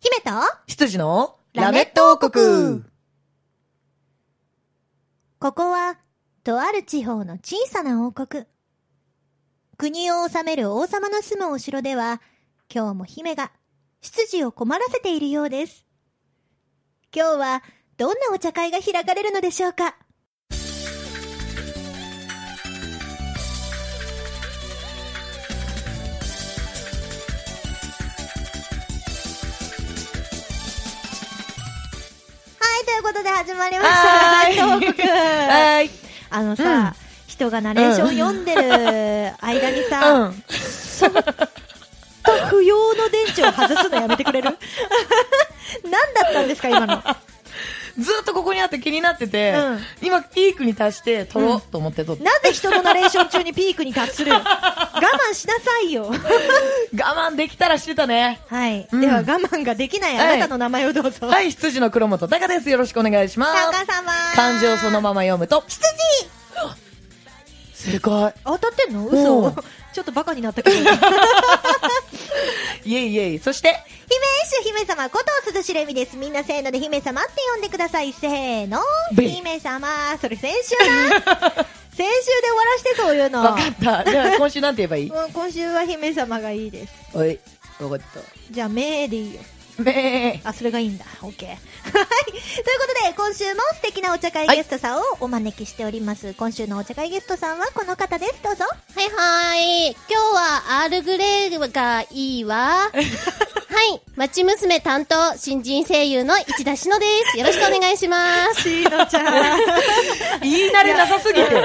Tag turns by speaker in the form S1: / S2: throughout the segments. S1: 姫と、
S2: 羊の
S1: ラメット王国ここは、とある地方の小さな王国。国を治める王様の住むお城では、今日も姫が、執事を困らせているようです。今日は、どんなお茶会が開かれるのでしょうかはい、ということで始まりました。
S2: はーい
S1: 東北
S2: はい。
S1: あのさ、
S2: うん
S1: 人がナレーション読んでる間にさ、
S2: うん。
S1: ちょっと不要の電池を外すのやめてくれる 何だったんですか、今の。
S2: ずっとここにあって気になってて、
S1: うん
S2: 今ピークに達して撮ろうと思って撮って、
S1: なんで人のナレーション中にピークに達する我慢しなさいよ。
S2: 我慢できたらしてたね。
S1: はい。
S2: うん
S1: では我慢ができないあなたの名前をどうぞ。。
S2: はいい、羊の黒本隆です。よろしくお願いしま
S1: タカ
S2: す。
S1: 様。
S2: 漢字をそのまま読むと、
S1: 羊
S2: 正解。
S1: 当たってんの
S2: う
S1: 嘘
S2: ん。
S1: ちょっとバカになったけど。 姫主
S2: イエイイエイ。そして、
S1: 姫様こと涼しれみです。みんなせーので姫様って呼んでください。せーの。
S2: べい
S1: 姫様。それ先週だ。 先週で終わらしてそういうの。
S2: わかった。じゃあ今週なんて言えばい い
S1: うん今週は姫様がいいです。
S2: おい、わかっ
S1: じゃあ、めーでいいよ。
S2: た。ねえ。
S1: あ、それがいいんだ。オッケー。 はい。ということで、今週も素敵なお茶会ゲストさんをお招きしております。今週のお茶会ゲストさんはこの方です。どうぞ。
S3: はいはい。今日はアールグレーがいいわ。はい。町娘担当、新人声優の市田しのです。よろしくお願いします。
S1: シーノちゃん。
S2: 言い慣れなさすぎて。
S1: 言い慣れ
S3: ア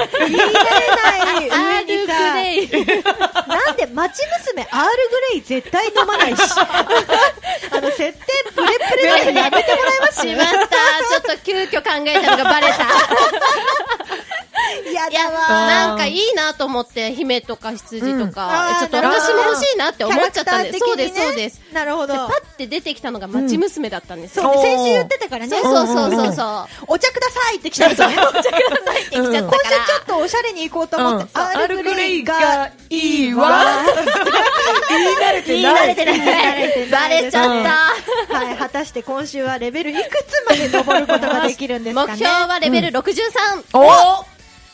S1: ない
S3: ー
S1: 上
S3: ル
S1: に
S3: グ
S1: さ。
S3: レイ。
S1: なんで、町娘、アールグレイ絶対飲ま ないし。あの、設定プレプレなのやめてもらえます
S3: しまった。ちょっと急遽考えたのがバレた。
S1: や
S3: い
S1: だ
S3: や、
S1: わ。
S3: なんかいいなと思って、姫とか羊と
S1: あ
S3: か、
S1: ー
S3: ちょっと
S1: なるほど
S3: 私も欲しいなって思っちゃったんです。
S1: キャラクター
S3: そうで
S1: 的に
S3: す、
S1: ね
S3: そうです。
S1: なるほ
S3: で、
S1: ど。
S3: パッて出てきたのが町娘だったんですよ。
S1: そう、先週言ってたからね。
S3: そうそうそうそうそう。
S1: お茶くださいって来たんです よね。お茶くださいって
S2: 来ちゃっ
S1: 今
S2: たから
S1: 週ちょっとおしゃれに行こうと思って、アールグレイが
S2: いい
S1: わ。
S2: 言い慣れて
S1: 言い慣
S2: な
S1: れ
S2: い。
S1: てない。
S3: バレち
S2: ゃっ
S1: った。はい、果たして今週はレベルいくつまで登ることができるんです
S3: 目
S1: かね。
S3: 標はレベル63。
S2: お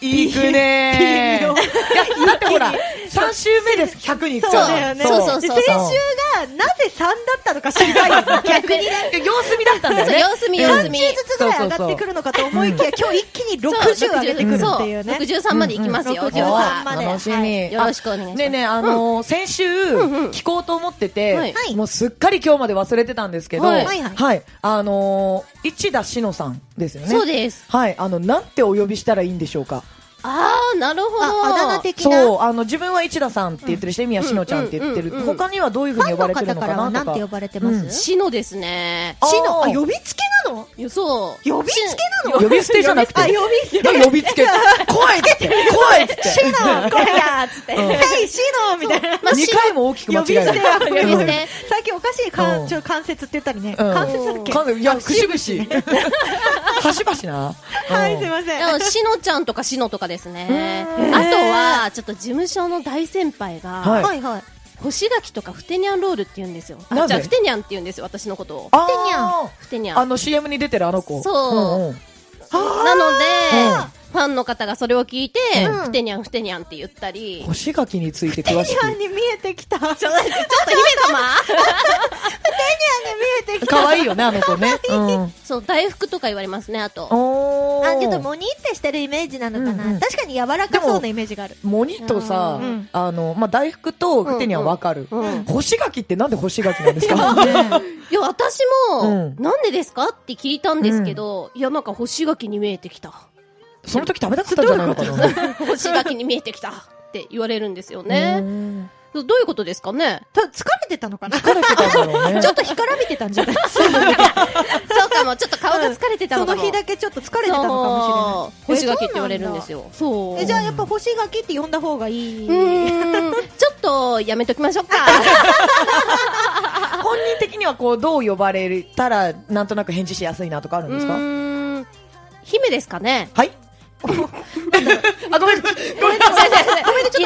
S2: いくね
S1: いいよ
S2: いや、だってほら、3週目です、100に
S1: そ
S2: 行く
S1: う
S2: から
S1: だよね。
S3: そうそうそうそう
S1: で先週がなぜ3だったのか知りたいよね逆にね。
S2: いや様子見だったんだよ
S3: そう
S2: ね。
S3: 様子見様子見
S1: 10ずつぐらい上がってくるのかと思いきや、今日一気に60上げてくるっていうね。
S3: そう63までいきますよ、
S1: うんうん
S3: 63
S1: ま
S3: ま
S1: で
S3: で。
S2: 楽しみ、
S3: いよろしくお願いします
S2: ねえねえ、あのー先週、
S3: んうん
S2: 聞こうと思ってて、
S3: はい
S1: はい
S2: もうすっかり今日まで忘れてたんですけど、
S3: は
S2: はいい、
S1: は
S2: はいい
S1: はい
S2: あのー、市田志乃さんですよね。
S3: そうです。
S2: はい、あの、なんてお呼びしたらいいんでしょうか。
S3: あー、なるほど。
S1: あ、あだ名的な。
S2: そう、あの、自分は市田さんって言ってるし、宮志乃ちゃんって言ってる。
S3: うんうんうんうん
S2: 他にはどういうふうに呼ばれてるのかなとか。
S1: ファンの方からは何て呼ばれてます
S2: うん
S3: シノですね。
S2: あ
S1: 死の、あ、
S2: あー
S1: 呼びつけなの
S3: よそう。
S1: 呼びつけなの
S2: 呼び捨てじゃなくて。
S1: あ、呼び捨て。
S2: 呼 びつけ。怖いっつって。怖いっつって。
S1: シノ、これだっつって。
S2: うん
S1: はい、シノみたいな。
S3: まあ、
S2: 2
S3: シノ
S2: 回も大きく間
S1: 呼
S2: 違
S1: び
S2: え
S1: 捨て
S2: た。
S1: は呼び
S3: 呼び
S1: 捨
S3: 捨
S1: て
S3: て。
S1: 最近おかしいかん、
S2: うん
S1: ちょっと関節って言ったりね。
S2: うん
S1: 関節だっけ
S2: 完全いや、くしぶし。 はしばしな。
S1: はい、すい
S2: うん
S1: ません。
S3: でもシノちゃんとかシノとかですね。あ
S2: う
S3: と
S2: ん
S3: は、ちょっと事務所の大先輩が、
S2: はい
S1: いはい。
S3: 干し柿とかフテニャンロールって言うんですよ。
S2: な
S3: あ、
S2: ぜ
S3: じゃあフテニャンって言うんですよ、私のことを。
S2: あ
S1: てにゃん
S2: ー
S3: フテニャ
S2: あ
S3: ン。
S2: の CM に出てるあの子。
S3: そうん
S2: ん
S3: なの
S2: う
S3: で
S2: ん、
S3: ファンの方がそれを聞いて
S1: うん、
S3: フテニャン、フテニャンって言ったり。
S2: 干し柿について詳し
S1: テニャン
S2: く。
S1: に見えてきた。テニャンに見
S3: ちょっと姫様
S1: えてきた。
S2: 可愛いよね、あの子 ね。うん
S3: そう、大福とか言われますね、あと。
S2: お
S1: あ、ちょっと
S2: ー。
S1: モニってしてるイメージなのか
S2: うんう
S1: な。
S2: ん
S1: 確かに柔らかそうなイメージがある。
S2: モニとさ
S1: うん、
S2: あの、まあ、大福とフテニャンわかる。
S3: うん。
S2: 干し柿ってなんで干し柿なんですか
S3: いや、私も、
S2: うん
S3: なんでですかって聞いたんですけど、いや、なんか干し柿に見えて きた。
S2: その時食べたくてたんじゃないのかな。
S3: 干し柿に見えてきたって言われるんですよ
S2: う
S3: ね。
S2: ん
S3: どどういうことですかね
S1: た疲れてたのかなち
S2: 疲れてたんだろうね。
S1: ょっと干からびてたんじゃ ない
S3: そうかも、ちょっと顔が疲れてた
S1: そ
S3: のか
S1: の
S3: も。
S1: 日だけちょっと疲れてたのかも
S3: そう
S1: しれない。
S3: 干し柿って言われるんです
S1: よ。
S3: よ。そう。
S1: え、じゃあやっぱ干し柿って呼んだ方がいい。
S3: うーん、ちょっとやめときましょう か。
S2: 本人的にはこうどう呼ばれたらなんとなく返事しやすいなとかあるん
S3: う
S2: です か
S3: ーん、姫ですかね
S2: はいあ、ごめん、ごめんなさい。
S3: ごめんね、ちょっ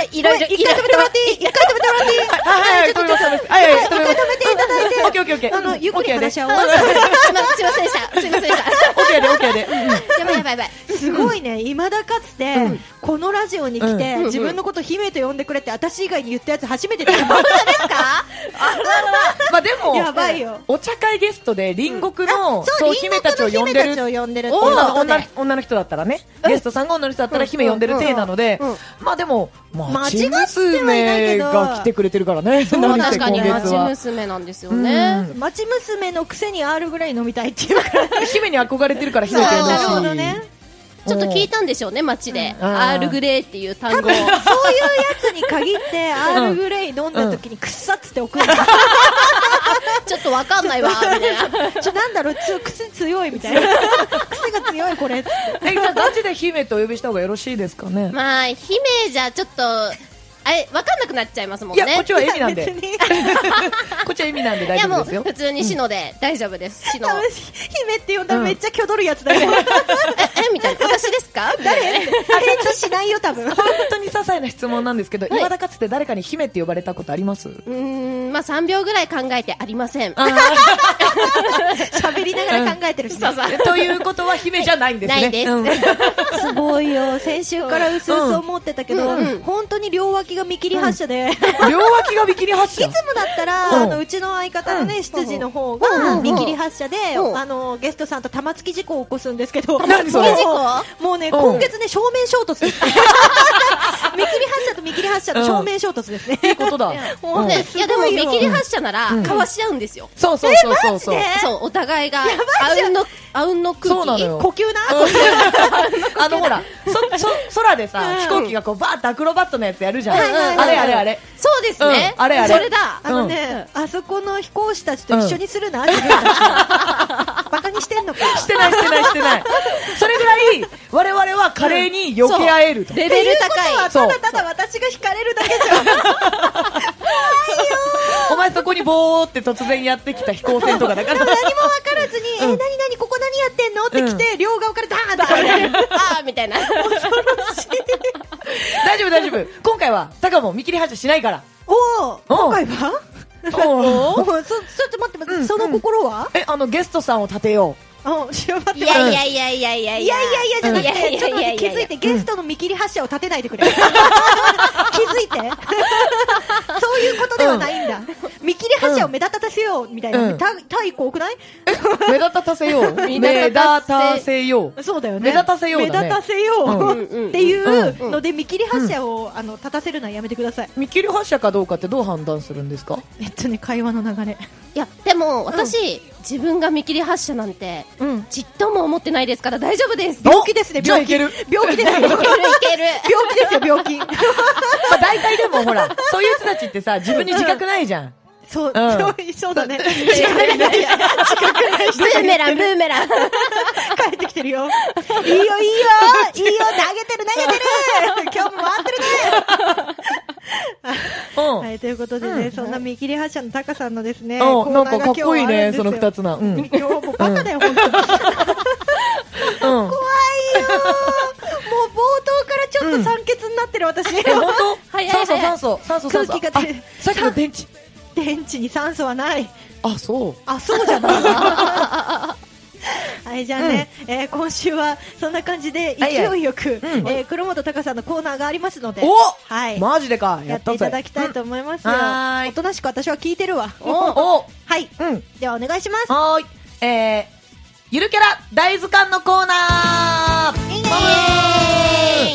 S3: と、いろいろ、いろいろ。
S1: てもらっていい一回止めてもらっていい
S2: はい、はい、止めます。はい、はい、止めます。
S1: 止めていただいて
S2: オッケー、オッケー、オッケー。
S1: あのゆっくり話は
S2: は
S1: 終
S2: 終
S1: わ
S2: わ
S1: ら
S2: ら
S1: せて
S2: せて。
S3: すまんすいませんでした。すいませんでした。
S2: オッケーで、オッケーで。うんうん
S3: やばいやばいやばい。
S1: すごいね、いまだかつて、このラジオに来て、
S2: う
S1: 自分のこと姫と呼んでくれって、私以外に言ったやつ初めてだよ。本当ですか
S2: まあで も、
S1: やばいよ
S2: お茶会ゲストで隣国の、
S1: そう、
S2: 姫たちを呼ん
S1: 隣国の姫た
S2: で
S1: ち
S2: る。
S1: を呼んでるっていうことで
S2: 女の女の女の人だったらね、ゲストさんが女の人だったら姫呼んでる体なので、まあでも、
S1: 間違
S2: マ
S1: って
S2: チ
S1: はいないけ
S2: 娘
S1: ど
S2: が来てくれてるからね、
S3: まあ
S2: 何せ
S3: 確かに、
S2: 今
S3: 町
S2: 月は
S3: 娘なんですよね。
S1: 町娘のくせに R ぐらい飲みたいっていうから。
S2: 姫に憧れてるから姫と呼んでるし
S1: そうなるほどね
S3: ちょっと聞いたんでしょうね、街で。
S2: うんあー
S3: R グレーっていう単語を。
S1: そういうやつに限って、アールグレイ飲んだ時にくっさっつって送る。
S3: ちょっとわかんないわ、みたい な。
S1: ちょ、なんだろう、つ、癖強いみたいな。癖が強いこれっつって。
S2: えじゃあガチで姫とお呼びした方がよろしいですかね、
S3: まあ、姫じゃちょっと、あれ、わかんなくなっちゃいますもん
S2: い
S3: ね。
S2: やこっちは意味なん
S1: 別
S2: で
S1: に。
S2: こっちは意味なんで
S3: い
S2: 大
S3: や
S2: 丈
S3: も
S2: 夫
S3: う、
S2: ですよ
S3: 普通にシノで大丈夫です。シノ。
S1: 多分姫って呼んだらめっちゃきょどるやつだよ。
S3: え、えみたいな。私です か 誰
S1: 返事しないよ、多分。
S2: 本当に些細な質問なんですけど、いまだかつて誰かに姫って呼ばれたことあります
S3: うーん、まあ3秒ぐらい考えてありません。
S2: あ
S1: 喋りながら考えてるしね。
S3: そうそう
S2: ーということは姫じゃないんですね。
S3: ないです
S2: うん
S1: すごいよ先週からうすうす思ってたけど、
S3: うんうん
S1: 本当に両脇が見切り発車で、いつ
S2: 両脇がビキニ発車。
S1: もだったら、
S2: うん
S1: あのうちの相方のね、執事の方が見切り発車で、
S3: うん
S1: あのゲストさんと玉突き事故を起こすんですけど、
S2: 何それ
S1: もうもうね、
S2: うん
S1: 今月ね正面衝突です見切り発車と見切り発車と正面衝突ですね、
S2: いいことだ。
S1: もう
S2: うん
S1: ね
S3: いやでも
S1: すごい
S3: 見
S1: よ
S3: 切り発車なら
S2: うん
S3: 交わし合うんですよ。
S2: そうそうそうそうそう。
S1: え
S3: そう、お互いが、あ
S1: ばいじゃ
S3: うんの、あうんの空気。
S2: そうなのよ
S1: 呼吸な、
S2: あのほら、そ、そ、空でさ、
S1: うん
S2: 飛行機がこうバーってアクロバットのやつやるじゃん。
S1: はいはいはい
S2: あれあれあれ。
S3: そうですね。
S2: うんあれあれ
S3: そ れだ。
S1: あのね、あそこの飛行士たちと一緒にするな、自分たちバカにしてんのか
S2: してないしてないしてない。それぐらい、我々は華麗に避け合えると。
S3: レベル高い。
S1: ただただ私が惹かれるだ けじゃん
S2: お前そこにボーって突然やってきた飛行船とか だから。
S1: 何も分からずに、え、なになに、ここ何やってんのって来て、両側からダーンって来られる。
S3: あーみたいな。
S2: 大丈夫大丈夫。今回は、タカも見切り発車しないから。
S1: おお、今回は
S2: お
S1: おお、そ、ちょっと待って待って、その心は
S2: え、あの、ゲストさんを立てよ
S1: あ、ちょ、待って
S3: い
S1: 待って。
S3: やいやいやいやい
S1: いや
S3: や
S1: いやいやじゃなく
S3: いや
S1: て、
S3: い
S1: ち
S3: や
S1: ょっと待って気づいて、ゲストの見切り発車を立てないで くれ。気づいて。 そういうことではないんだ。見切り発車を目立たせよう、みたいな。
S2: うん。
S1: た太鼓多くないう
S2: 目立たせよう。目立たせよう。
S1: そうだよね。
S2: 目立たせようだね
S1: 目立たせよ
S2: うん
S3: うんう
S1: う。
S3: ん
S1: っていうので、見切り発車を、あの、立たせるのはやめてください。
S2: 見切り発車かどうかってどう判断するんですか
S1: えっとね、会話の流れ。
S3: いや、でも私、自分が見切り発車なんて、
S1: うん。
S3: ちっとも思ってないですから大丈夫です。い
S1: 病気ですね、
S2: じゃあ
S1: 病気。
S2: いける
S1: 病気ですよ。病
S3: けるいける。
S1: 気ですよ、病気。
S2: まあ大体でもほ ら、そういう人たちってさ、自分に自覚ないじゃん。
S1: そう、
S2: うん
S1: そうそうだ ね。
S3: ブーメラン、ブーメラン。
S1: 帰ってきてるよ。いいよ、いいよ、いいよ、投げてる、投げてる。今日も回ってるね。
S2: うん。
S1: はい、ということでね、そんな見切り発車のタカさんのですね、
S2: うん
S1: コーナーが
S2: なんかかっこいいね
S1: 今日はあるんですよ
S2: その二つなうん
S1: 今日もうバカだよ、本当に。
S2: うん。
S1: 怖いよー。もう冒頭からちょっと酸欠になってる、私。
S2: え、本当
S3: 早い
S2: 酸素、
S3: 早
S2: 酸素、酸素、酸
S3: い
S2: 素。
S1: 空気が出る
S2: あさっきの電池。
S1: 電池に酸素はない。
S2: あ、そう。
S1: あ、そうじゃないはい、じゃあね、えー今週はそんな感じで
S2: はいは
S1: 勢いよく、
S2: うん
S1: えー黒本隆さんのコーナーがありますので、
S2: お
S1: はい、
S2: マジでか。
S1: や
S2: や
S1: っ
S2: ってた
S1: いた
S2: ぜ
S1: だきたいと思いますよ。
S2: うんはーい
S1: おとなしく私は聞いてるわ。
S2: おお
S1: はい、
S2: うん。
S1: ではお願いします。
S2: はーい。えー、ゆるキャラ大図鑑のコーナー
S1: イエ
S3: イエ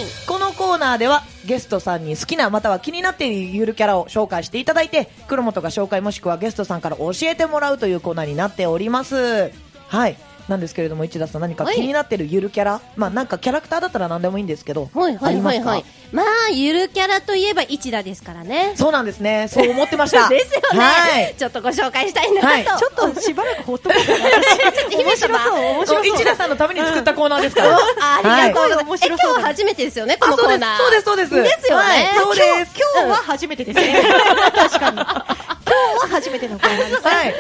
S3: ー
S2: このコーナーではゲストさんに好きなまたは気になっているゆるキャラを紹介していただいて黒本が紹介もしくはゲストさんから教えてもらうというコーナーになっておりますはいなんですけれども市田さん何か
S3: はい
S2: 気になってるゆるキャラ、まあなんかキャラクターだったら何でもいいんですけど、
S3: はいは
S2: あ
S3: い
S2: り
S3: は
S2: ま
S3: い
S2: すか
S3: はい。まあ、ゆるキャラといえば一田ですからね。
S2: そうなんですねそう思ってました
S3: ですよ
S2: は
S3: ね
S2: い。
S3: ちょっとご紹介したいなと。
S2: はい
S1: ちょっとしばらくほっとくから。
S3: ちょっと 姫
S1: 面白
S3: 様
S1: そう、面白そう。
S2: 市田さんのために作ったコーナーです から、
S3: あありがとうござい
S1: 面
S3: ます。え、
S1: 白
S3: 今
S1: そうだね
S3: 日初めてですよね、こ
S2: あ
S3: のコ
S2: そうで
S3: ーナー。
S2: すそうですそうです
S3: ですよね
S2: はい、そうです
S1: 今日は初めてですね。確かに。今日は初めてのコーナーです。
S2: はい。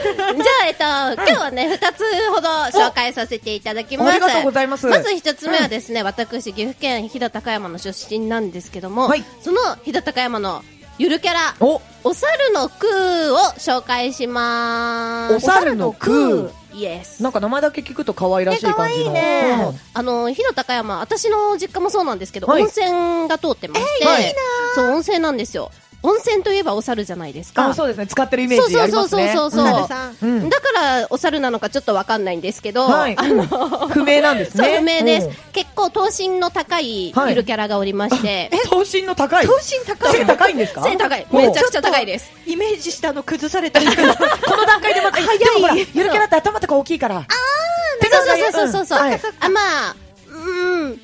S3: じゃあ、えっと、今日はね、二つほど紹介させていただきます。
S2: おありがとうございます
S3: まず一つ目はですね、私、岐阜県飛騨高山の出身なんですけども、
S2: はい
S3: その飛騨高山のゆるキャラ、
S2: お、
S3: お猿の空を紹介しま
S2: お
S3: す。
S2: 猿の空。
S3: イエス。
S2: なんか名前だけ聞くと可愛らしい感じの。
S1: ね可愛いね
S2: うん
S3: あの日の高山、私の実家もそうなんですけど、
S2: はい
S3: 温泉が通ってまして、
S2: えーいいな
S3: そう温泉なんですよ。温泉といえばお猿じゃないです
S2: あ、
S3: か。
S2: そうですね。使ってるイメージありますね。
S3: そうそうそうそう
S1: お猿さん。
S2: うん。
S3: だからお猿なのかちょっとわかんないんですけど、
S2: はい
S3: あの、
S2: 不明なんです
S3: そう
S2: ね。
S3: 不明です、
S2: うん
S3: 結構等身の高い
S2: はい
S3: ゆるキャラがおりまして、
S2: 頭身の高い。
S1: 頭身高
S2: 背
S1: い。
S2: 高いんですか
S3: 背高い
S2: お
S3: めちゃくちゃ高いです
S1: イメージしたあの崩された人この段階でまた早い。
S2: でもほら、ゆるキャラって頭とか大きいから。あ
S3: そうそうそうそうそう、
S2: はい
S3: あまあうん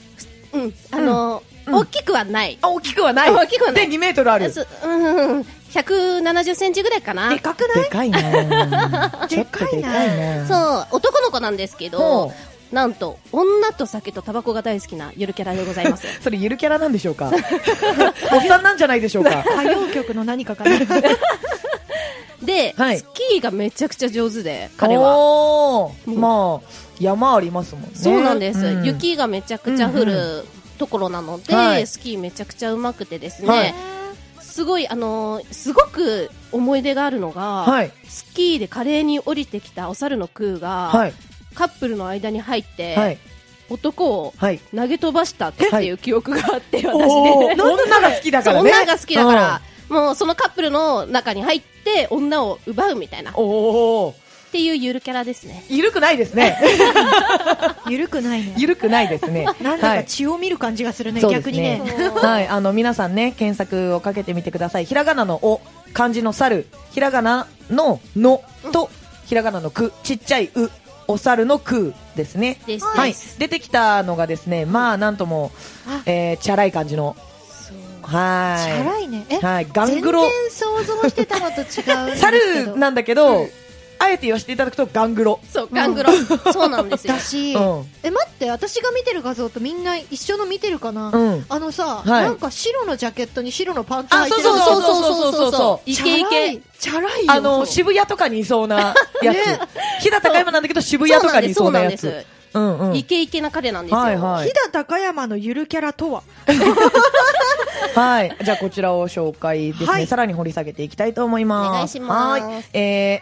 S3: ふうんあの、大きくはない、
S2: あ大きくはない。
S3: 大きくはない
S2: で、2メートルある。
S3: そうん、170センチぐらいかな
S1: でかくない
S2: でかい なちょっとでかいな
S3: そう男の子なんですけど
S2: ほ
S3: なんと女と酒とタバコが大好きなゆるキャラでございます
S2: それゆるキャラなんでしょう かおっさんなんじゃないでしょうか
S1: 歌謡曲の何かかな
S3: で、
S2: はい
S3: スキーがめちゃくちゃ上手で彼
S2: 彼
S3: は
S2: は
S3: うん
S2: まあ山ありますもんね
S3: そうなんです、
S2: う
S3: 雪がめちゃくちゃ降
S2: うん
S3: るところなので、
S2: はい
S3: スキーめちゃくちゃうまくてですね、
S2: はい
S3: すごいあのーすごく思い出があるのが、
S2: はい
S3: スキーで華麗に降りてきたお猿の空が、
S2: はい
S3: カップルの間に入って、
S2: はい
S3: 男を
S2: はい
S3: 投げ飛ばしたって
S2: はいいう
S3: 記憶があって、私
S2: お
S3: ね
S2: ー女が好きだ
S3: そ
S2: か
S3: う
S2: らね
S3: 女が好きだから、もうそのカップルの中に入って女を奪うみたいなっ
S2: うんおお
S3: ていうゆるキャラですね
S2: ゆるくないですね
S1: ゆるくないね。
S2: ゆるくないですね
S1: なんだ
S2: は
S1: か
S2: い
S1: 血を見る感じがするね、
S2: そうです
S1: 逆にね。
S2: はい、あの皆さんね検索をかけてみてくださいひらがなの「お」漢字の「猿」ひらがなの「の」とひらがなの「く」ちっちゃい「う」お猿の「く」ですね
S3: です
S1: は
S2: はい
S3: で、す
S2: 出てきたのがですねまあなんとも
S1: あ、
S2: えー、チャラい感じの
S1: そう
S2: は
S1: チ
S2: い
S1: ャラいね。え
S2: はい、ガングロ
S1: 全然想像してたのと違うんですけど。
S2: 猿なんだけど、あえて言わせていただくとガングロ、
S3: そうガ ングロ、そうなんですよ
S1: だし、
S2: うん
S1: え待って私が見てる画像とみんな一緒の見てるかな、
S2: うん
S1: あのさ、
S2: はい
S1: なんか白のジャケットに白のパンツ
S2: あ
S1: 履いてる
S2: そうそうそうそうそうそう
S3: イケイケ
S1: チャラいチャラいよ
S2: あの渋谷とかにいそうな やつ、日高山なんだけど渋谷とかにいそうなやつ
S3: そうなんです
S2: うんうん
S3: イケイケな彼なんですよ、
S2: はいは
S1: 飛
S2: い、
S1: 騨高山のゆるキャラとは
S2: はい、じゃあこちらを紹介ですね、
S1: はい
S2: さらに掘り下げていきたいと思います
S3: お願いします
S2: はいえー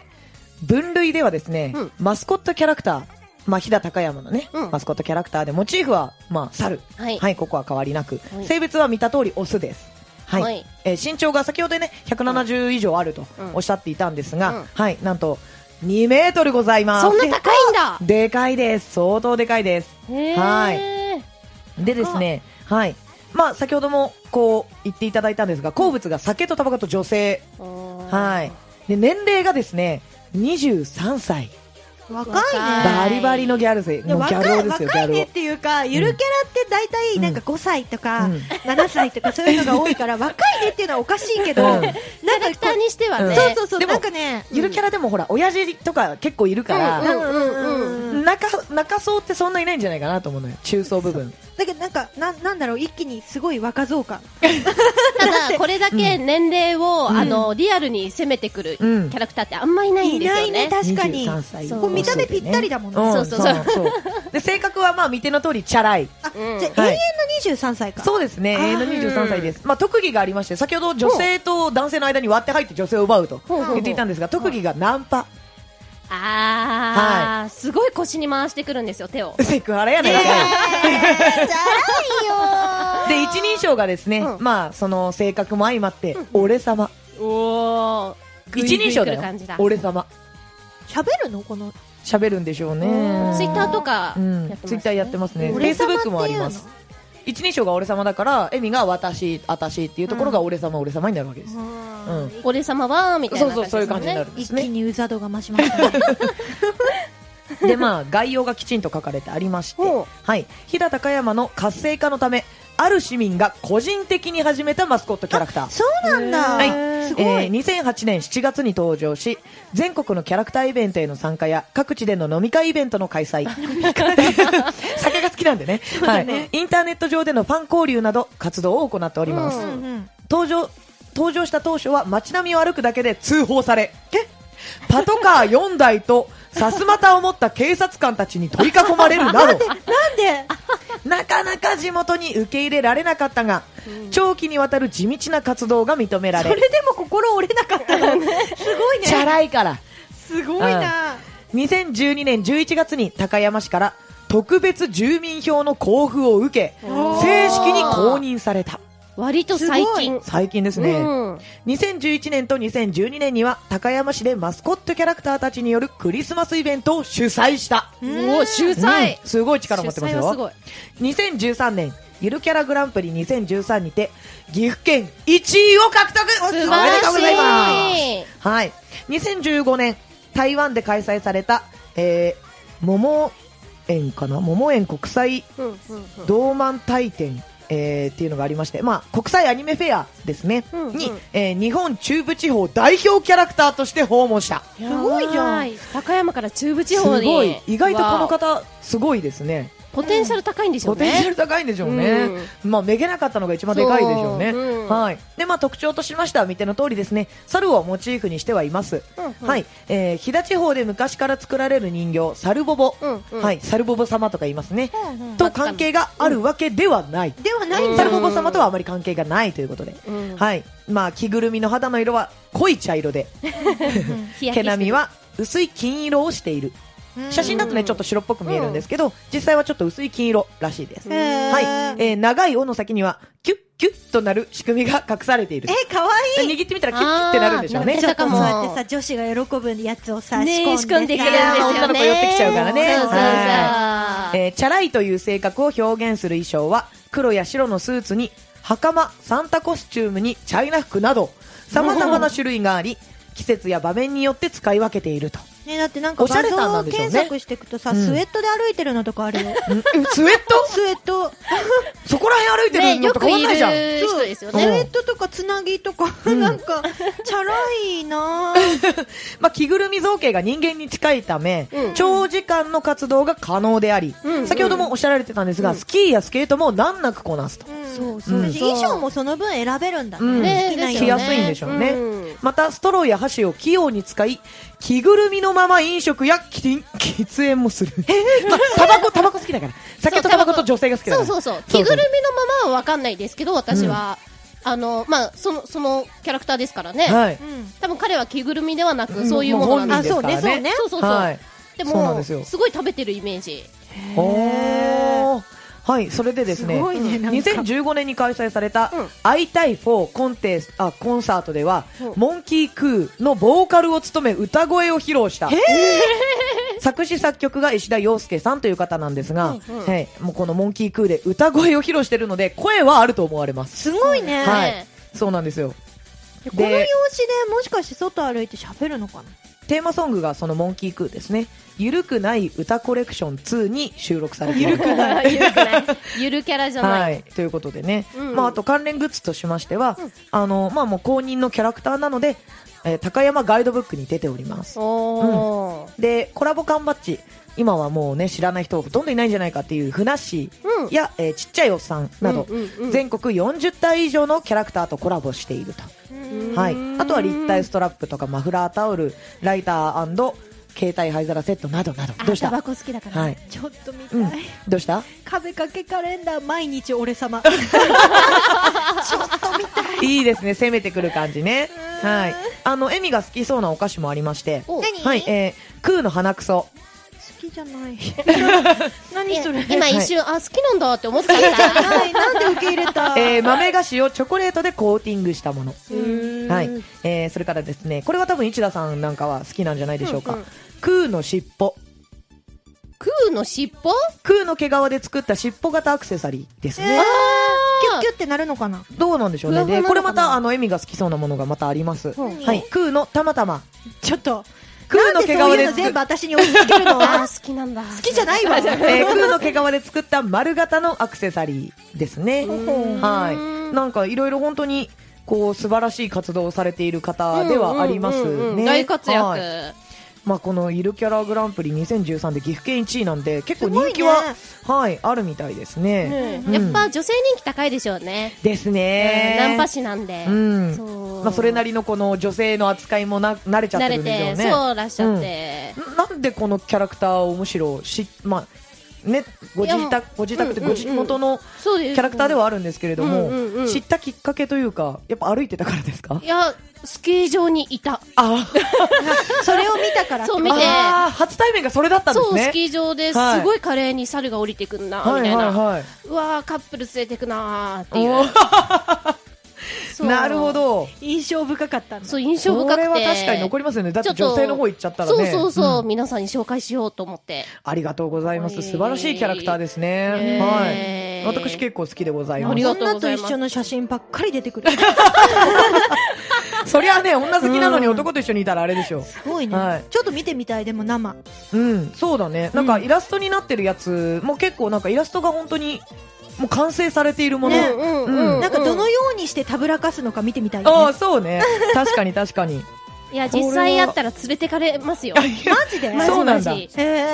S2: 分類ではですね、
S3: うん
S2: マスコットキャラクターまあ、飛騨高山のね、
S3: うん
S2: マスコットキャラクターで、モチーフは、まあ、猿。
S3: はい
S2: ここは変わりなく。
S3: はい
S2: 性別は見た通りオスです。はい。
S3: はい
S2: えー身長が先ほどね、170以上あると
S3: うん
S2: おっしゃっていたんです
S3: う
S2: が、
S3: ん
S2: はい、なんと、2メートルございます。
S3: そんな高いんだ
S2: でかいです。相当でかいです。
S3: へー
S2: はいでですね、はい。まあ、先ほども、こう、言っていただいたんですが、好物が酒とタバコと女性。
S3: おー
S2: はい。で、年齢がですね、23歳。
S1: 若
S3: はい
S1: いね
S2: バリバリのギャル勢。
S1: で
S2: もうギャ
S1: 若
S2: ル
S1: い
S2: 男ですよ、ギ
S1: 若
S2: ャ
S1: い
S2: ル
S1: ね
S2: 男
S1: っていうか、ゆるキャラって大体なんか5歳とか、
S2: うん
S1: 7歳とかそういうのが多い から、若いねっていうのはおかしいけど、
S2: うん
S1: なんか
S3: キャラにしてはね、
S2: うん
S1: そうそうそう、
S2: でも
S1: なんかね、
S2: ゆるキャラでもほら、親父とか結構いるから、
S3: うんうんうん
S1: うん
S2: 中、中層ってそんないないんじゃないかなと思うのよ。中層部分。
S1: だけどなんかな、なんだろう、一気にすごい若造感。
S3: ただこれだけ年齢を、あのリアルに攻めてくるキ
S2: うん
S3: ャラクターってあんまいないん
S1: い
S3: ですよ
S1: な
S3: ね
S1: いね、確かに。
S2: 23歳
S3: そう
S1: こう見た目ぴったりだもんね。
S2: う
S3: そうんそ
S2: そうう
S3: そう
S2: そうで、性格はまあ見ての通りチャラい。
S1: あ、
S3: うん
S1: じゃあ、
S2: はい
S1: 永遠の23歳か。
S2: そうですね、
S1: あー
S2: 永遠の23歳です、まあ、特技がありまして、先ほど女性と男性の間に割って入って女性を奪うと
S3: ほうほうほう
S2: 言っていたんですが、特技がナンパ、
S3: あー、すごい腰に回してくるんですよ手 を
S2: セクハラやねん、
S1: じゃ あ
S2: で一人称がですね、
S3: うん
S2: まあ、その性格も相まって、俺様、
S3: おお
S2: 一人称だよ、俺様、
S1: 喋るのこの。
S2: 喋るんでしょうね、
S3: ツイッターとか
S2: う
S3: や
S2: ん
S3: ってます、ね
S2: ツイッターやってますね、フェ
S1: 俺
S2: イスブ
S1: 様っ
S2: ッ
S1: ていうの
S2: クもあります、一人称が俺様だから、エミが私、私っていうところが俺様、俺様になるわけです。うん
S3: 俺様はみたい
S2: そ
S3: な
S2: う
S3: 感じ
S2: そ
S3: で
S2: う、
S3: す
S2: そう
S3: もんね
S2: いう感じになるんです
S1: 一
S2: ね
S1: 気。にうざ度が増しましたね。
S2: でまあ概要がきちんと書かれてありまして
S3: ほう、
S2: はい、飛騨高山の活性化のためある市民が個人的に始めたマスコットキャラクタ ー。
S1: そうなんだ。
S2: はい
S1: すごい。
S2: えー2008年7月に登場し全国のキャラクターイベントへの参加や各地での飲み会イベントの開 催酒が好きなんでねはい、インターネット上でのファン交流など活動を行っております、
S3: うん
S1: うん
S2: 登場登場した当初は街並みを歩くだけで通報され、えパトカー4台とさすまたを持った警察官たちに取り囲まれる など、
S1: なんで
S2: なかなか地元に受け入れられなかったが、長期にわたる地道な活動が認めら
S1: そ
S2: れ
S1: れでも心折れなかったのすごい
S2: チャ
S1: ね
S2: ラいから
S1: すごいな
S2: 2012年11月に高山市から特別住民票の交付を受け
S3: おー
S2: 正式に公認された
S3: 割と最近。
S2: 最近ですね、
S3: うん。
S2: 2011年と2012年には高山市でマスコットキャラクターたちによるクリスマスイベントを主催した
S1: うん
S4: おー秀才
S2: うんすごい力持ってます
S4: 秀才はすご
S2: よ
S4: い
S2: 2013年ゆるキャラグランプリ2013にて岐阜県1位を獲得おめで
S3: 素晴ら
S2: とうございます
S3: しい。
S2: はい、2015年台湾で開催された、えー、桃園かな桃園国際
S3: うんうんうん
S2: 動漫大展、えーっていうのがありまして、まあ、国際アニメフェアですね、
S3: うんうん
S2: に、えー日本中部地方代表キャラクターとして訪問した
S4: す
S3: ごいじゃん。高山から中部地方に。
S2: すごい意外とこの方すごいですね
S3: ポテンシャル高いんでしょ
S2: ポ
S3: う
S2: テンシャ
S3: ね。
S2: ル高いんでしょうね、まあめげなかったのが一番でかいでしょうね
S3: そううん
S2: はいでまあ特徴としましては見ての通りですね猿をモチーフにしてはいます、はい、えー、飛騨地方で昔から作られる人形猿ボボ、
S3: うんうん
S2: はい猿ボボ様とか言いますね、
S1: うんうん
S2: と関係があるわけではない、
S1: ではないんだ
S2: 猿ボボ様とはあまり関係がないということで、
S3: うん
S2: はいまあ着ぐるみの肌の色は濃い茶色で
S3: 日焼
S2: 毛
S3: けしてる
S2: 並みは薄い金色をしている写真だとねちょっと白っぽく見えるんですけど、実際はちょっと薄い金色らしいです、
S1: へー
S2: はい、えー長い尾の先にはキュッキュッとなる仕組みが隠されている
S1: えかわいい
S2: 握ってみたらキュッキュッってなるんでしょう
S3: あ
S2: ね
S3: ー
S1: ちょっと
S3: も
S1: そうやってさ女子が喜ぶやつをさ仕
S3: ねえ仕込
S1: 込
S3: ん
S1: ん
S3: で
S1: で
S3: く
S1: さ
S3: れるんですよね。
S2: 女の子寄ってきちゃうからね
S3: そうそうそう
S2: はえーチャラいという性格を表現する衣装は黒や白のスーツに袴サンタコスチュームにチャイナ服などさまざまな種類があり季節や場面によって使い分けていると、
S1: ねだってなんか
S2: おしゃ
S1: 画
S2: れさんな
S1: 像
S2: ん
S1: を
S2: でしょうね
S1: 検索していくとさ
S2: うん
S1: スウェットで歩いてるのとかあるよ
S2: スウェット
S1: スウェット
S2: そこら辺歩いてる
S3: ね、
S2: の
S3: よ
S2: と
S3: く
S2: 変わん
S3: いる
S2: ないじゃん、
S3: 人ですよ
S1: スウ
S3: ね。
S1: ェットとかつなぎとかなんかチャラいなあ
S2: まあ、着ぐるみ造形が人間に近いため、
S3: うん
S2: 長時間の活動が可能であり、
S3: うん
S2: 先ほどもおっしゃられてたんですが、スキーやスケートも難なくこなすと、
S1: そう
S2: そう
S1: 私衣装もその分選べるんだ
S2: うん
S1: ね好きな
S2: 着
S1: よ
S2: やすいんでしょうね、
S3: うん
S2: またストローや箸を器用に使い着ぐるみのまま飲食や喫 喫煙もする、 まあタバコタバコ好きだから酒とタバコと女性が好きだか
S3: そ
S2: ら
S3: うそうそう。着ぐるみのままはわかんないですけど、私は。あの、まあ、その、そのキャラクターですからね。
S2: はい、
S3: 多分彼は着ぐるみではな
S2: う
S3: く、
S2: ん
S3: そういうもの
S2: も
S3: なんで
S2: う本人ですからね
S1: あそうね
S3: そうそうそう
S2: はい
S3: で
S2: そうなん
S3: も、
S2: ですよ
S3: すごい食べてるイメージ。
S2: おーはい、それでですね
S1: すごいねなんか
S2: 2015年に開催された
S3: うん
S2: 「会いたい4コンテスあコンサートでは、
S3: うん
S2: モンキークーのボーカルを務め歌声を披露した、作詞作曲が石田洋介さんという方なんですが、
S3: うんうん
S2: はい、もうこのモンキークーで歌声を披露してるので声はあると思われます、
S1: すごいね
S3: そう
S2: は
S3: ね
S2: い、そうなんですよ
S1: でこの
S2: で
S1: 用紙でもしかして外歩いて喋るのかな
S2: テーマソングがそのモンキークーですね「ゆるくない歌コレクション2」に収録されている
S3: ゆる くない。ゆるキャラじゃない。
S2: はい、ということでね、
S3: うん
S2: まあ、あと関連グッズとしましては、
S3: うん
S2: あのまあ、もう公認のキャラクターなので、えー高山ガイドブックに出ております
S3: おー。
S2: でコラボ缶バッジ今はもうね知らない人ほとんどいないんじゃないかっていうふなっし
S3: うん
S2: ーや、えーちっちゃいおっさんなど、
S3: うんうんうん
S2: 全国40体以上のキャラクターとコラボしていると、はい、あとは立体ストラップとかマフラータオルライター携帯灰皿セットなどなどどうし
S3: あ
S2: た
S3: タバコ好きだから。
S2: はい、
S1: ちょっと見
S2: うん
S1: たい、
S2: どうした
S1: 壁掛けカレンダー毎日俺様ちょっと見たい
S2: いいですね、攻めてくる感じね。
S1: うん
S2: はい。あの、エミが好きそうなお菓子もありまして、
S3: お
S1: 何
S2: はい、えー、クーの鼻くそ。
S1: 好きじゃない
S3: い
S1: 何
S3: や
S1: それ
S3: 今一瞬、あ、好きなんだって思っちゃった。
S1: はいなんで受け入れた
S2: えー、豆菓子をチョコレートでコーティングしたもの。
S3: うん
S2: はい。えー、それからですね、これは多分市田さんなんかは好きなんじゃ ないでしょうか。
S3: うんうん
S2: クーの尻尾。
S3: クーの尻尾
S2: クーの毛皮で作った尻尾型アクセサリーですね。
S1: キュッキュってなるのかな
S2: どうなんでしょうね。
S3: ふわふわな
S2: で、
S3: の
S2: これま
S3: か
S2: た、
S3: な
S2: あの、エミが好きそうなものがまたあります。
S3: うん
S2: はい。クーのたまたま。
S1: ちょっと
S2: クー
S1: な
S2: の
S1: ん
S2: 毛
S1: でそう
S2: 皮
S1: いう
S2: で
S1: の
S2: 作
S1: 全
S2: っ
S1: 部私に押し付ける の
S3: あ
S1: 好
S3: ー、好きなんだ。好
S1: きじゃないわ
S2: えー、空の毛皮で作った丸型のアクセサリーですね。
S1: ん
S2: はい。なんかいろいろ本当に、こう、素晴らしい活動をされている方ではありますね。
S3: 大活躍。
S2: はいまあ、このゆるキャラグランプリ2013で岐阜県1位なんで結構
S1: すごい
S2: 人
S1: ね
S2: 気は、はい、あるみたいですね。
S3: うんやっぱ女性人気高いでしょうね。
S2: ですね。
S3: ナンパ師なんで。
S2: うん
S3: そう。
S2: まあ、それな
S3: り
S2: りのこの女性の扱いもな慣れちゃって
S3: 慣
S2: る
S3: れ
S2: んでしょう
S3: て、
S2: ね。
S3: そうらっしゃって。
S2: んなんでこのキャラクターをむしろし、まあね、ご自
S3: いや
S2: 宅ご自宅で
S3: うん
S2: ご地元の
S3: そうで
S2: キ
S3: す。
S2: ャラクターではあるんですけれども、
S3: うんうんうん
S2: 知ったきっかけというかやっぱ歩いてたからですか
S3: いや、スキー場にいた。
S2: あ
S1: それを見たから。
S3: そう見て
S2: あー初対面がそれだったんで
S3: そ
S2: す
S3: う、
S2: ね。
S3: スキー場です
S2: はい
S3: ごい華麗に猿が降りてくんな、み
S2: は
S3: た
S2: いは
S3: い
S2: い
S3: な。
S2: はいう
S3: わー、カップル連れてくなーってい
S2: お
S3: う。 そう
S2: なるほ。ど。
S1: 印象深かったんだ
S3: そう、印象
S2: こ
S3: 深くて。
S2: れは確かに残りますよね。だって女性の方行っちゃったらね。
S3: そうそうそう、
S2: ん
S3: 皆さんに紹介しようと思って。
S2: ありがとうございます。素晴らしいキャラクターですね。
S3: ねえ
S2: はい。私結構好きでござい
S3: あ
S2: ま
S3: り
S2: す。
S3: がとうご
S1: 女
S3: ざ
S1: と
S3: います
S1: 一緒の写真ばっかり出てくる。
S2: そりゃね、女好きなのに男と一緒にいたらあれでしょう。
S1: すごいね、
S2: はい
S1: ちょっと見てみたい、でも生。
S2: うん、そうだね。なんかイラストになってるやつも結構なんかイラストが本当にもう完成されているもの。
S1: ね
S3: うんう
S2: うん
S1: なんかどのようにしてたぶらかすのか見てみたい
S2: あ
S1: よ、
S2: あ、
S1: ね。
S2: そうね。確かに確かに。
S3: いや、実際やったら連れてかれますよ。
S1: マジで
S3: マジ
S2: そうなんだ
S3: マジ
S1: へえ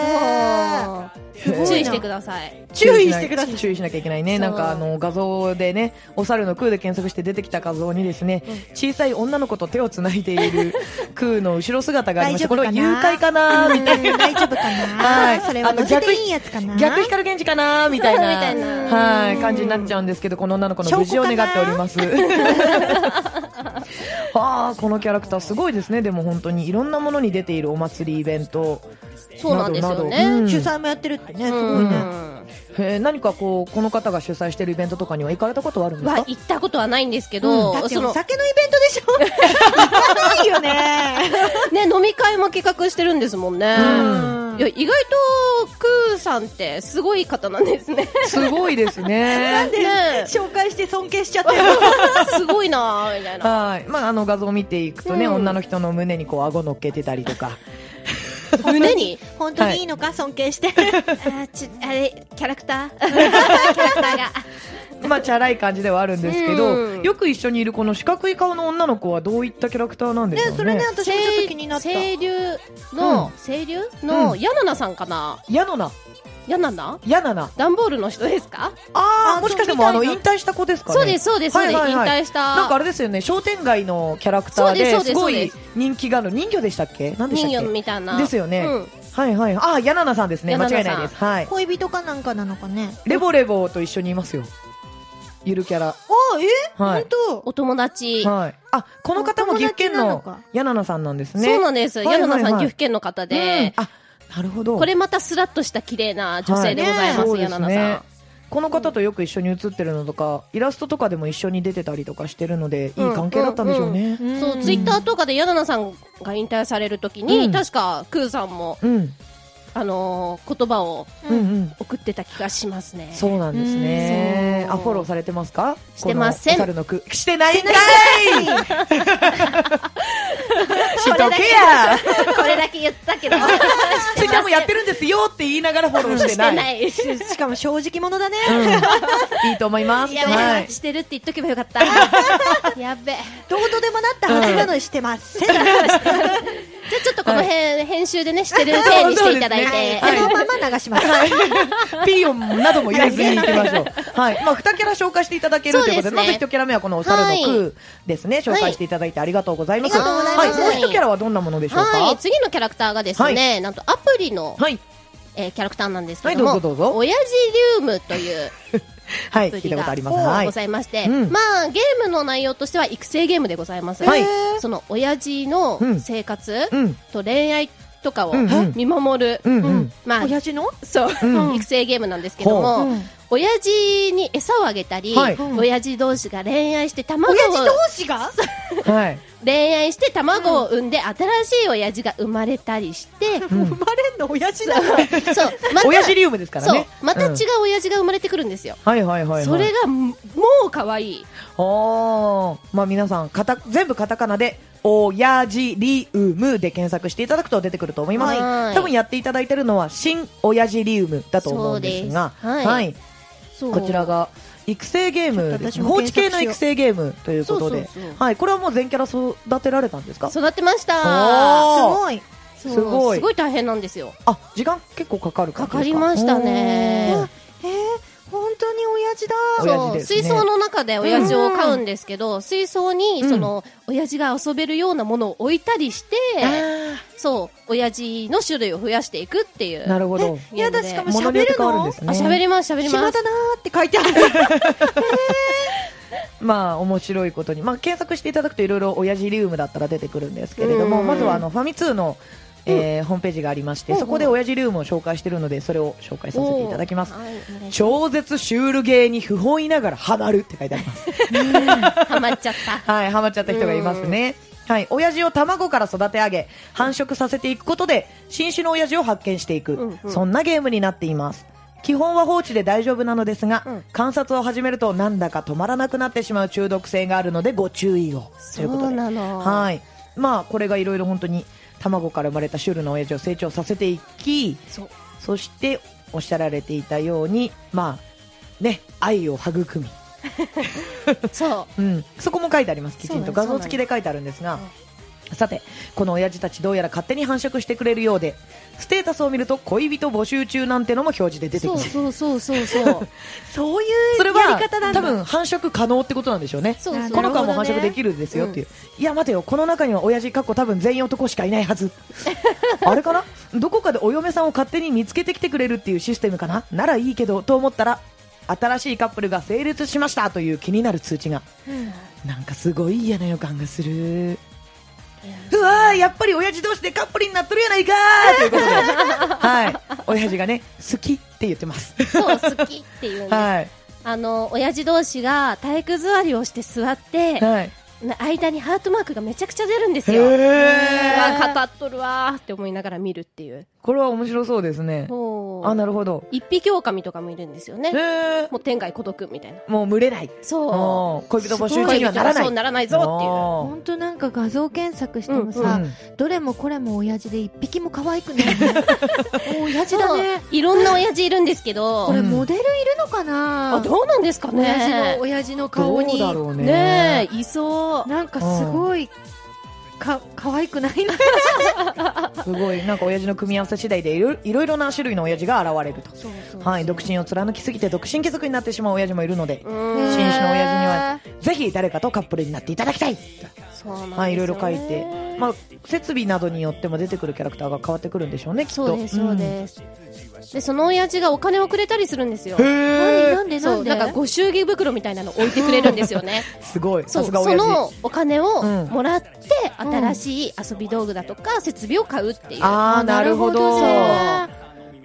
S1: ー。
S3: そう
S2: へー
S3: 注意してください。
S1: 注意してください
S2: 注意しなきゃいけないね。
S3: そう
S2: なんかあの画像でね、お猿の空で検索して出てきた画像にですね、小さい女の子と手をつないでいる空の後ろ姿がありまして、これは誘拐かな みたい
S1: うん大丈夫かな、
S2: はい
S1: それは
S2: あの
S1: 乗せていいやつかな
S2: な。逆光源氏かなみたい
S3: みたい
S2: な。
S3: な
S2: はい、感じになっちゃうんですけど、この女の子の無事を願っております。はあ、このキャラクターすごいですね。でも本当にいろんなものに出ているお祭りイベント。
S3: そうなんですよ
S2: などなど
S3: ね。
S2: うん
S1: 主催もやってるってね、す
S3: う
S1: ごい
S3: ん
S1: ね。
S2: へえ何かこう、この方が主催しているイベントとかには行かれたことはあるんです
S3: は
S2: か
S3: 行ったことはないんですけ
S2: う
S3: ど、
S1: だって
S3: そ
S1: お
S3: の
S1: 酒のイベントでしょ行かないよね。
S3: ね飲み会も企画してるんですもんね。
S2: うん
S3: いや意外とクーさんってすごい方なんで すね。
S2: すごいですね。
S1: で
S3: ね
S1: 紹介して尊敬しちゃってる。
S3: すごいなーみたいな。
S2: はい。まあ、あの画像を見ていくとね、
S3: うん
S2: 女の人の胸にこう、顎乗っけてたりとか。
S3: 胸に
S1: 本当にいいのか、尊敬 して。
S3: あーちあれキャラクターキャラクターが。
S2: まあ、チャラい感じではあるんですけど、
S3: うん
S2: よく一緒にいるこの四角い顔の女の子はどういったキャラクターなんで
S1: ね
S2: しょうね。、
S1: それね、私もちょっと気になった。
S3: 清流の、
S2: うん
S3: 清流の、
S2: うん
S3: ヤナナさんかな
S2: 嫌のな、
S3: ヤナナ
S2: 嫌なな。
S3: ダンボールの人ですか、
S2: あ
S1: あ
S2: あ、もしかしてもうあの、
S1: みたい
S2: 引退した子ですかね。
S3: そうです、そうです、そうです、
S2: はいはいはい
S3: 引退した。
S2: なんかあれですよね、商店街のキャラクター
S3: そ
S2: で、
S3: うですす
S2: ご
S3: そうで
S2: い
S3: す
S2: 人気がある。人魚でしたっけ何でした
S3: 人
S2: っ
S3: 魚
S2: け
S3: みたいな。
S2: ですよね
S3: うん
S2: はいはい。ああ、ヤナナさんですね。
S3: ヤ
S2: 間
S3: ナナさん
S2: 違いないです。はい。
S1: 恋人かなんかなのかね。
S2: レボレボと一緒にいますよ。ゆるキャラ。
S1: あ、え
S2: はい
S1: 本。当
S3: お友達。
S2: はい。あ、この方も
S1: お
S2: 岐
S1: 友
S2: 阜
S1: 達
S2: 県
S1: なの
S2: の
S1: か
S2: ヤナナさんなんですね。
S3: そうなんです。
S2: は
S3: ヤ
S2: いはい
S3: ナナさん、
S2: はい
S3: 岐阜県の方で、
S2: うんあ、なるほど。
S3: これまたスラッとした綺麗な女性でございます、
S2: そう
S3: ヤ
S2: で
S3: ナ
S2: す
S3: ナさ
S2: ね
S3: ん。。
S2: この方とよく一緒に写ってるのとか、イラストとかでも一緒に出てたりとかしてるので、いい関係だったんでしょうね。
S1: ん
S3: そう、ツイッターとかでヤナナさんが引退されるときに、
S2: うん
S3: 確か、クーさんも、
S2: うん、
S3: あのー言葉を
S2: うん、うん。
S3: 送ってた気がしますね。
S2: そうなんですね。
S3: うんそう
S2: あ、フォローされてますか
S3: してませ
S2: こ
S3: ん
S2: のお猿の句。してないんかいしとけや
S3: これだけ言ったけど、
S2: ツイッターもやってるんですよって言いながらフォローして
S3: して
S2: な。
S3: ない い。
S1: しかも正直者だね。
S2: うんいいと思います。
S3: やべ、
S2: はい。
S3: してるって言っとけばよかった。 やべ。
S1: どうとでもなったはずなのにしてません。こ
S3: じゃあちょっとこの辺、編集でね、してる体にしていただい
S2: そうで
S3: て
S2: す。ね
S1: のまま流します。
S2: ピーヨンなども入れずに行きましょう。はい。まあ、二キャラ紹介していただけるということで、
S3: そうですね
S2: まず一キャラ目はこのお猿の空ですね、紹介していただいてありがとうございます。
S1: ありがとうございます
S2: はもう一キャラはどんなものでしょうか
S3: はい、次のキャラクターがですね、
S2: は
S3: なんとアプリの、
S2: はい。
S3: えーキャラクターなんですけども、
S2: はいどうぞどうぞ
S3: 親父リウムという
S2: は
S3: ア
S2: い。
S3: プ
S2: 聞
S3: リ
S2: いたことあります。
S3: が
S2: は
S3: ご
S2: い。
S3: ざいまして、
S2: うん
S3: まあ、ゲームの内容としては育成ゲームでございます。
S2: はい
S3: その親父の
S2: うん
S3: 生活
S2: うん。
S3: と恋愛とかを
S2: うんうん
S3: 見守る、
S2: うんうん。
S3: まあ、
S1: 親父の
S3: そう、
S2: うん
S3: 育成ゲームなんですけど
S2: ほ
S3: も、
S1: うん
S3: 親父に餌をあげたり、
S2: はい
S3: 親父同士が恋愛して卵を
S1: 親父同士が
S2: はい。
S3: 恋愛して卵を産んで新しい親父が生まれたりして、
S1: 生まれんの親父だ。
S3: そうまた
S2: 親父リウムですから
S3: そう
S2: ね。
S3: また違
S2: ん
S3: う親父が生まれてくるんですよ、
S2: はいはいはいはい。
S3: それがもう可愛い
S2: おーまあ皆さん、カタ全部カタカナで、おやじリウムで検索していただくと出てくると思います。
S3: はい
S2: 多分やっていただいてるのは、新おやじリウムだと思うんですが、
S3: そうですはいそう
S2: こちらが育成ゲームです
S1: ちょ
S2: ね、
S1: っと私も
S2: 放置系の育成ゲームということで
S3: そうそうそう
S2: はい、これはもう全キャラ育てられたんですか
S3: 育てました
S2: おー
S1: すごい。
S3: そう
S2: すごい
S3: すごい大変なんですよ。
S2: あ時間結構かかる感
S3: か
S2: じ
S3: か
S2: です
S3: りましたね。
S1: あえー、本当に親父だ。
S2: 親
S3: そ
S2: 父
S3: う、
S2: ですね
S3: 水槽の中で親父を飼うんですけど、水槽にその、親父が遊べるようなものを置いたりして、
S2: あ
S3: そう、親父の種類を増やしていくってい
S2: ーな
S3: う。
S2: るほど
S1: え、やだ、しかも
S2: ものに
S1: 喋
S2: よって
S1: る
S2: 変わるん
S1: の
S2: ですね
S3: あ、喋ります、喋り
S1: 暇
S3: ま
S1: だ
S3: す。
S1: なーって書いてある。
S2: まあ面白いことに、まあ、検索していただくといろいろ親父リウムだったら出てくるんですけれども
S3: うん
S2: まずはあのファミ通の、えーホームページがありまして
S3: うん
S2: そこで親父リウムを紹介しているのでそれを紹介させていただきます
S3: はい、お願いし
S2: 超絶シュールゲーに不本意ながらハマるって書いてあります
S3: ますハマっちゃった。
S2: はいハマっちゃった人がいますねはい親父を卵から育て上げ繁殖させていくことで新種の親父を発見していく、
S3: うんうん
S2: そんなゲームになっています基本は放置で大丈夫なのですが、
S3: うん
S2: 観察を始めるとなんだか止まらなくなってしまう中毒性があるのでご注意を ということ
S3: そう
S2: で
S3: なの
S2: はいまあこれがいろいろ本当に卵から生まれたシュールな親父を成長させていき
S3: そう。
S2: そしておっしゃられていたように、まあね、愛を育み、
S3: そう。
S2: うん、そこも書いてあります、きちんと
S3: そうなん
S2: 画
S3: です
S2: 像付きで書いてあるんですが、さて、この親父たち、どうやら勝手に繁殖してくれるようで、ステータスを見ると、恋人募集中なんてのも表示で出てき
S3: そ
S2: ま
S3: う
S2: す。
S3: そうそうそ うそう。
S1: そういう
S2: それ
S1: や
S2: は
S1: り方なんだ。
S2: 多分繁殖可能ってことなんでしょうね。
S3: そうそう
S2: この子はもう
S1: な
S2: 繁
S1: るほどね
S2: 殖できるん ですよっていう、いや待てよこの中には親父かっこ多分全員男しかいないはずあれかなどこかでお嫁さんを勝手に見つけてきてくれるっていうシステムかなならいいけどと思ったら新しいカップルが成立しましたという気になる通知がなんかすごい嫌な予感がするうわーやっぱり親父同士でカップルになっとるやないかーということではい親父がね好きって言ってます
S3: そう、好きっていうんです。
S2: はい
S3: あの、親父同士が体育座りをして 座って、
S2: はい
S3: 間にハートマークがめちゃくちゃ出るんです
S2: へ
S3: よ。う
S2: ー
S3: わ、語っとるわーって思いながら見るっていう。
S2: これは面白そうですね
S3: ほう
S2: あなるほど
S3: 一匹狼とかもいるんですよね。
S2: え
S3: もう天涯孤独みたいな。
S2: ー、もう群れない
S3: そう。
S2: おー恋人募集
S3: 恋
S2: 中に
S3: 人
S2: はならない
S3: そうならないぞっ
S1: 本当なんか画像検索してもさ、
S3: うん
S2: うん
S1: どれもこれも親父で一匹も可愛くない、ね。 お親
S3: て
S1: 父
S3: いう。
S1: だ
S3: そう
S1: ね。
S3: いろんな親父いるんですけど
S1: こ、れ
S2: うん
S1: モデルいるのかな。
S3: あどうなんですか
S1: 親父
S3: ね
S1: の。親父の顔に
S2: どうだろうね
S3: ねえ、いそう。
S1: なんかすごいか可愛く ないな。
S2: すごいなんか親父の組み合わせ次第でいろいろいろな種類の親父が現れるとはい独身を貫きすぎて独身貴族になってしまう親父もいるので、
S3: うん
S2: 紳士の親父にはぜひ誰かとカップルになっていただきたい
S3: そうなんですよね
S2: はいいろいろ書いてまあ設備などによっても出てくるキャラクターが変わってくるんでしょうねきっと
S3: そうです、そうです。で、その親父がお金をくれたりするんですよ。
S2: うんへ
S1: なんでな
S3: そ
S1: ん
S3: う、
S1: で。
S3: なんかご祝儀袋みたいなの置いてくれるんですよね。
S2: ーすごいさ
S3: そう、
S2: す
S3: そ
S2: が親父
S3: のお金を
S2: うん
S3: もらって、新しい遊び道具だとか、設備を買うっていう。
S2: ああなるほど
S1: ね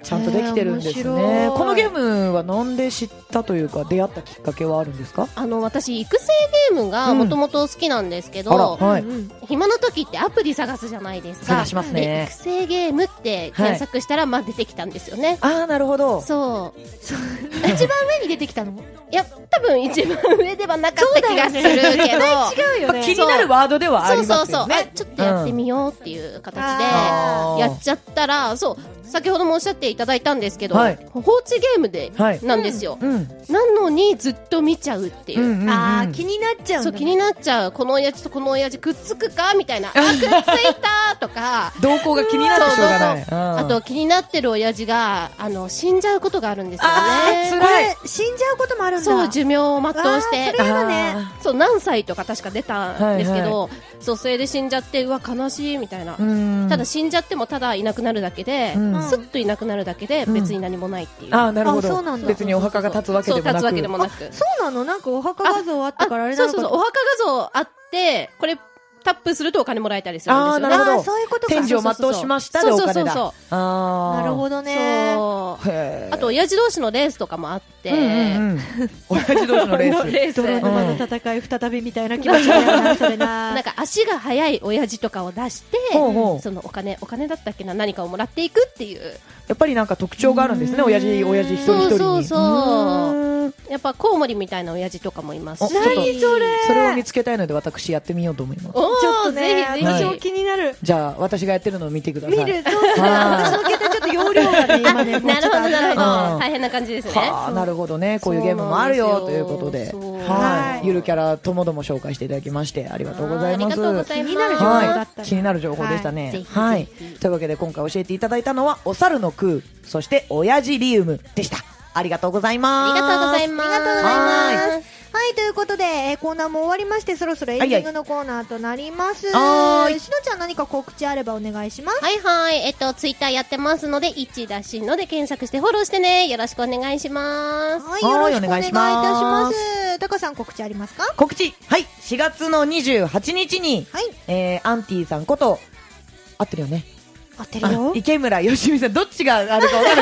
S2: ちゃんとできてるんです
S1: えー面
S2: ね
S1: 白い
S2: このゲームはなんで知ったというか出会ったきっかけはあるんですか
S3: あの、私、育成ゲームがもともと好きなんですけ
S2: あら
S3: ど、
S2: はい
S1: うん
S3: 暇な時ってアプリ探すじゃないですか。
S2: 探します
S3: で
S2: ね
S3: 育成ゲームって検索したら、まあ出てきたんですよね。
S2: ああなるほど
S3: そう。
S1: うん一番上に出てきたの。
S3: いや、多分一番上ではなかった気がす るけど、
S1: 違うよ
S2: まあ
S1: ね。
S2: 気になるワードではあ
S3: そう
S2: り
S3: そ
S2: ま
S3: う
S2: す
S3: そう
S2: よ
S3: あ
S2: ね。
S3: ちょっとやってみようっていう形で
S1: あ
S2: ー
S3: やっちゃったらそう先ほどもおっしゃっていただいたんですけど、
S2: はい
S3: 放置ゲームで
S2: はい
S3: なんですよ、
S2: うん、
S3: なのにずっと見ちゃうってい
S2: う
S3: う。
S2: んうんうん
S1: あー気になっちゃう
S3: そ
S1: の
S3: う気になっちゃうこの親父とこの親父くっつくかみた いなあくっついたとか
S2: 動向が気になってしょうがない。
S3: そうそうそうあと気になってる親父があの死んじゃうことがあるんですよ
S2: あー
S3: ね
S2: 辛
S1: これ死んじゃうこともあるんだ。
S3: そう寿命を全
S1: あ
S3: う
S1: ー
S3: し
S1: そ
S3: て
S1: れ嫌だね。
S3: そう何歳とか確か出たんですけど、そうそれで死んじゃってうわ悲しいみたいな、
S2: うん、
S3: ただ死んじゃってもただいなくなるだけで、
S2: うん
S3: スッといなくなるだけで別に何もないっていう、
S2: あーなるほど
S1: あそうなんだ
S2: 別にお墓が立つわけ
S3: そう
S2: でもなく
S3: 立つわけでもなく
S1: そうなのなんかお墓画像あったからあれな
S3: そう
S1: の
S3: そうそう
S1: か
S3: お墓画像あってこれタップするとお金もらえたりするんですよ
S2: あーな
S3: ね
S2: るほど
S1: あーそういうことか。
S2: 天井を全うしましたでお
S3: そうそうそ
S2: 金
S3: う
S2: だ
S3: そう
S2: あ
S1: なるほ
S2: ど
S1: どね。
S3: そう
S2: へー
S3: あと親父同士のレースとかもあって、
S2: うんうんうん、親父同士 のレース
S1: 泥
S2: うん
S1: 沼の戦い再びみたいな気持ちだよな、それな。
S3: なんか足が速い親父とかを出して、
S2: ほうほう
S3: そのお金お金だったっけな何かをもらっていくっていう
S2: やっぱりなんか特徴があるんですね
S1: うん
S2: 親父親父一人一人に
S3: そうそうそう
S2: ーん
S3: うん、やっぱコウモリみたいな親父とかもいます
S2: お
S3: し
S2: ちょっと何
S1: それ
S2: それを見つけたいので私やってみようと思います
S3: おー
S1: ちょっとね
S3: ぜひぜ
S2: は
S1: 私
S2: い
S1: も気になる
S2: じゃあ私がやってるのを見てください
S1: 見るそうする私の携帯ちょっと容量がね今ね
S3: ひなるほどなるほど
S2: うん
S3: 大変な感じですね
S2: はあなるほどねこういうゲームもあるよ
S3: そう
S2: と
S3: なんで
S2: い
S3: す
S2: う
S3: よ
S2: ことで
S3: そう
S2: は
S1: はい
S2: いゆるキャラともども紹介していただきましてありがとうございます
S3: ありがとうございま
S1: 気
S3: す
S1: になる情報だっ
S2: は
S1: た
S2: い、
S1: り
S2: 気になる情報でしたね
S3: はいぜ。ひ
S2: はい、
S3: ぜひ
S2: というわけで今回教えていただいたのはお猿の空そして親父リウムでした。ありがとうござい
S3: あ
S2: ます。
S3: りがとうございます
S1: ありがとうござい
S2: は
S1: ます。はい、ということで、えーコーナーも終わりまして、そろそろエンディングのコーナーとなります。
S2: はーい
S1: しのちゃん何か告知あればお願いします。
S3: はいはい。えっと、ツイッターやってますので、一だしので検索してフォローしてね。よろしくお願いします。
S1: はい、よ
S2: は
S1: ろ
S2: い
S1: しくお願いいたしま。
S2: お願いします
S1: タカさん告知ありますか
S2: 告知はい、4月の28日に、
S1: はい、
S2: えー、アンティさんこと、合ってるよね。
S1: 合ってる
S2: あ
S1: よ。
S2: 池村よしみさん、どっちがあるかわかん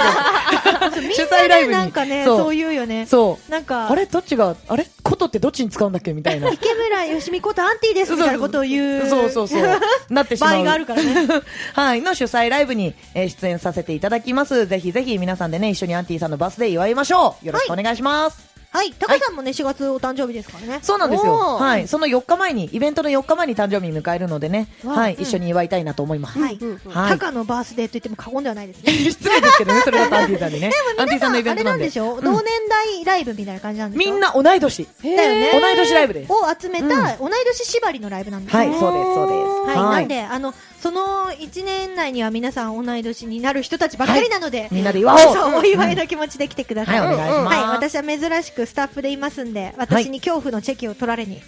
S2: ないけど主催ライブに。
S1: なんかね、
S2: そう
S1: そういうよね。
S2: そう。
S1: なんか、
S2: あれどっちが、あれことってどっちに使うんだっけみ たいな。
S1: 池村よしみことアンティですみたいなことを言う。
S2: そうそう そう。なってしまう。
S1: 場合があるからね。
S2: はい。の主催ライブに、えー出演させていただきます。ぜひぜひ皆さんでね、一緒にアンティさんのバースデー祝いましょう。よろしくお願いします。
S1: はい、タカさんもね、4月お誕生日ですからね。
S2: そうなんですよ。
S3: おー
S2: はい。その4日前に、イベントの4日前に誕生日迎えるのでね、
S1: わあ
S2: はい。
S1: うん
S2: 一緒に祝いたいなと思います。
S1: はい
S3: うんうん。
S2: はい
S1: タカのバースデーと言っても過言ではないですね。
S2: 失礼ですけどね、それだとアンティさ んにね。アンティさんのイベ
S1: あ
S2: ント
S1: れ
S2: な
S1: なんん
S2: で。
S1: でしょ
S2: うん
S1: 同年代ライブみたいな感じなんです
S2: みんな同い年。
S1: だよね。
S2: 同い年ライブです。
S1: を集めた同い年縛りのライブなんです
S2: はい、
S1: よ
S2: そうです、そうです。
S1: はい、なんで、あの、その1年内には皆さん同い年になる人たちばっかりなので、
S2: みんなで祝おう
S1: そうお祝いの気持ちで来てください。
S2: はいお願いします
S1: はい私は珍しくスタッフでいますんで、私に恐怖のチェキを取られに、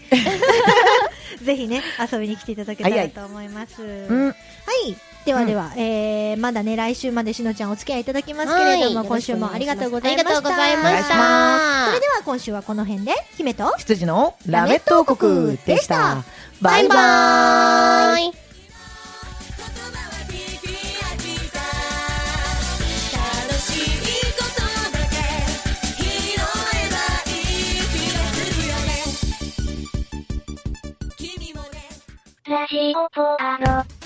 S1: ぜひね、遊びに来ていただけたらと思います。
S2: うん
S1: はい。ではでは、えー、まだね、来週までしのちゃんお付き合いいただきますけれども、
S3: はい
S1: 今週もありがとうございま
S3: あ
S1: した。
S3: りがとうございま
S2: お願
S3: し。
S2: いした
S1: それでは今週はこの辺で、姫と、
S2: 羊のラメット王国でした。バ
S3: バ
S2: イ
S3: イ
S2: バーイ。
S3: バーイ。
S5: ラジオポアド。